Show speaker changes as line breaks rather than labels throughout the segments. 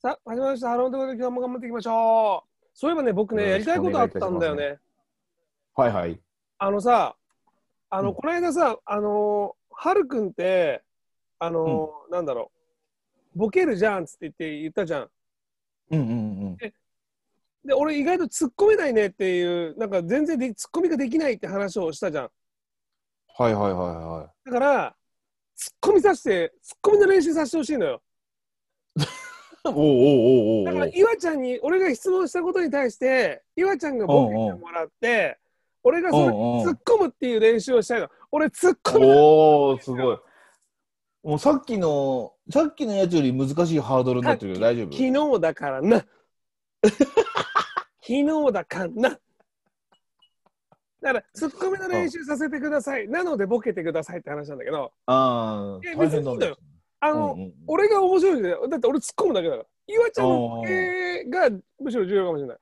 さあ、始まりました。ハローということで、今日も頑張っていきましょう。そういえばね、僕ね、
よ
や
ろ
り
しく
たいことあったんだよ
お願
ね。
はいはい。
あのさ、あの、
うん
この間さ、あのー、はるくんって、あのー、なんだろう、ボケるじゃんっつって言って言ったじゃん。
うんうん
で、俺意外と突っ込めないねっていう、なんか全然で突っ込みができないって話をしたじゃん。
うん。はいはいはいは
だから、突っ込みさせて、突っ込みの練習させてほしいのよ。
い。おうおうおうおう
だ
お
から、
う。
いわちゃんに、俺が質問したことに対して、いわちゃんがボケてもらって、俺がそれ
うんう
突
ん
っ込むっていう練習をしたいの。俺、突っ込む。
おー、すごい。もうさっきの、さっきのやつより難しいハードルになってるけど大丈夫
昨日だからな。 昨日だからな。だから、ツッコミの練習させてください。なので、ボケてくださいって話なんだけど、
ああ
いや、
大変なんだ
別にいいんだよ。あ
う
の、
んうん
俺が面白いんだよ。だって、俺、突っ込むだけだから。岩ちゃんのボケがむしろ重要かもしれない。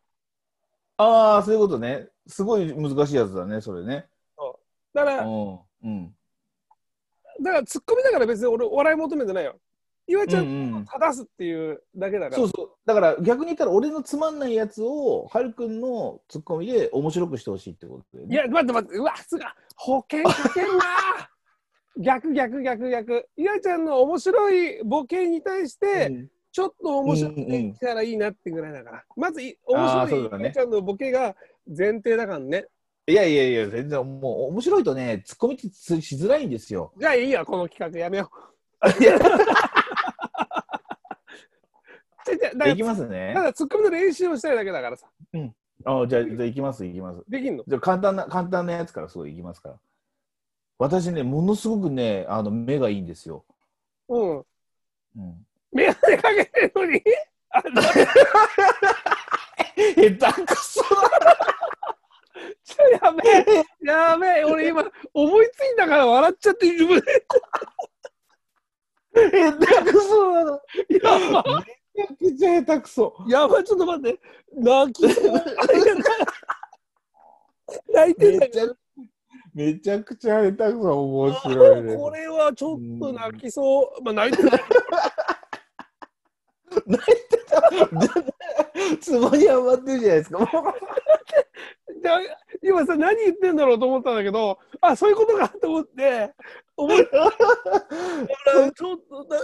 ああ、そういうことね。すごい難しいやつだね、それね。
だから、
う
だ
ん。うん。
から、ツッコミだから別に俺、笑い求めてないよ。岩
う
ちゃん
んうん。
正すっていうだけだから。
そうそう。だから逆に言ったら俺のつまんないやつを、はるくんのツッコミで面白くしてほしいってことだよ
い
ね。
や、待って待って、うわ、すが、保険かけんな 逆逆逆逆。いやちゃんの面白いボケに対して、
うん
ちょっと面白く
うんうん
できたらいいなってぐらいだから。まずい、
あ
面
ー
白
そう
い
だ
い
ね
やちゃんのボケが前提だからね。
いやいやいや、全然もう面白いとね、ツッコミってつしづらいんですよ。
じゃあいいや、この企画やめよ
いや
う。ちょいちょいだか
で
ら
きますね
た。だツッコミの練習をしたいだけだからさ。
あじゃあ、じゃあ行きます、行きます。
できんの
じゃあ、簡単な、簡単なやつからすごい行きますから。私ね、ものすごくね、あの、目がいいんですよ。
うん。
うん。
眼鏡かけてるのにあの
下手くそ
ちょやべえ、やべえ、俺今思いついたから笑っちゃって自 分で。
だ下手くそだ
や
な
ば
めちゃくちゃ下手くそ。
やばい、ちょっと待って。泣きそう。泣いてんだ
め
け
ち
ど
ゃ、めちゃくちゃ下手くそ、面白いね。
これはちょっと泣きそう。まあ、泣いてる。
つぼにはまってるじゃないですか。
で今さ、何言ってんだろうと思ったんだけど、あ、そういうことかと思って、思いから、ちょっと、な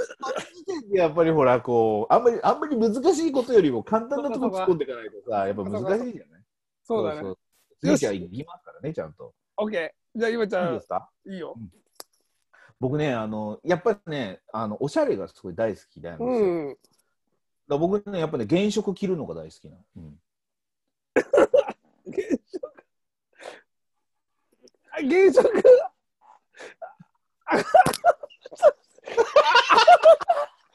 やっぱりほら、こう、あんまり、あんまり難しいことよりも簡単なとこ突っ込んでいかないとさ、やっぱ難しいじゃない
そうだね。。
次じゃあ行きますからね、ちゃんと。
オッケー。じゃあ、今ちゃ
いいで
ん
す、か
いいよ。
僕ね、あの、やっぱりね、あの、おしゃれがすごい大好きなんです
う
よ。だ
ん。
から僕ね、やっぱね、原色着るのが大好きなの。うん
あ原色。 あちょっと待っ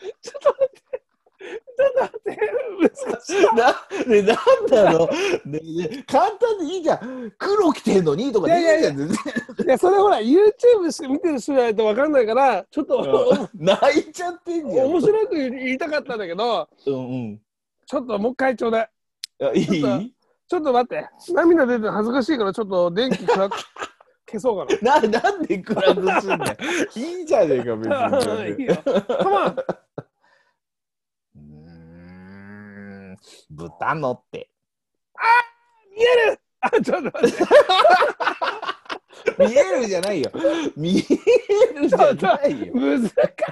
て。ちょっと待って。難しい。
な、ね、なんだろう、 ねね簡単でいいじゃん。黒着てんのにとかでいいじゃ
いや
ん。
いや
全然
いや、それほら、YouTube しか見てる人じゃないと分かんないから、ちょっと、
泣いちゃってんじゃん。
面白く言いたかったんだけど、
うんうん。
ちょっともう一回ちょうだい。
あい
ちょっ
い
ちょっと待って、涙出て恥ずかしいから、ちょっと電気暗く消そうか
な、なんで暗くすんだよ。いいじゃねえか、別
な。 いい
に。
よ。カモン
うーん、豚のって。
見えるあ、ちょっと待って、
見えるじゃないよ。見えるじゃないよ。
難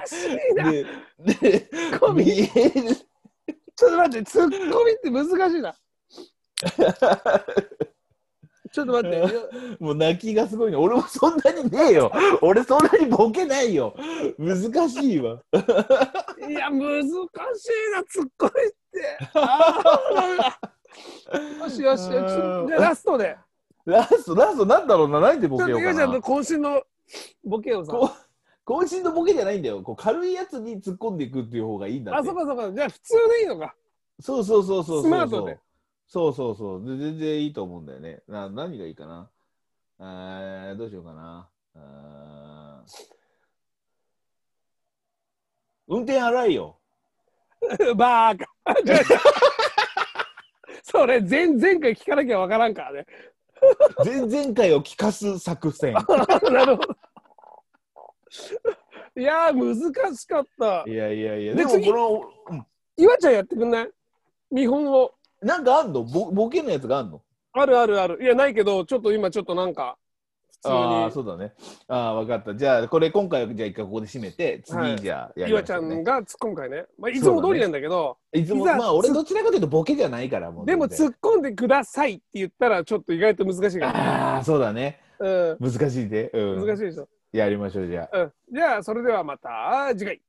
しいな。
で、で
コミ
見える。
ちょっと待って、ツッコミって難しいな。ちょっと待って、
もう泣きがすごいね。俺もそんなにねえよ。俺そんなにボケないよ。難しいわ。
いや、難しいな、ツッコミって。あーよしよしよし、じゃあラストで。
ラスト、ラストなんだろうな。なんでボ
ちょっ
ケよ
と、
う
ゆう
か
ちゃんの
な。
渾身のボケをさ。
こう渾身のボケじゃないんだよ。こう軽いやつに突っ込んでいくっていう方がいいんだって。
あ、そこそこ。じゃあ、普通でいいのか。
そうそうそうそうそう。
スマートで。
そうそうそう。で全然いいと思うんだよね。な何がいいかな。えー、どうしようかな。あー運転荒いよ。
バーカ。 それ前、前回聞かなきゃわからんからね。
前々回を聞かす作戦。
なるほど。いやー、難しかった
い。やいやいや。
で
でもこ
次
の、うん
岩ちゃんやってくんない見本を。
なんかあんのボボケのやつがあんの
あるあるある。いや、ないけど、ちょっと今ちょっとなんか、
あ
普
あー、
通
そうだね。ああ、わかった。じゃあ、これ今回は、じゃあ一回ここで締めて、
は
次
い
じゃあや
に、
りま
岩
し
ちゃ
ょうね、
んが突っ込むからね。まあ、いつも通りなんだけど、
いつも、
いざ
まあ、俺どちらかというとボケじゃないから、もう
でも
全然
突っ込んでくださいって言ったら、ちょっと意外と難しいから。
ああ、そうだね。
う。
難しいで。うんん。
難しいでしょ。
やりましょう、じゃあ。
うん。じゃあ、それではまた次回。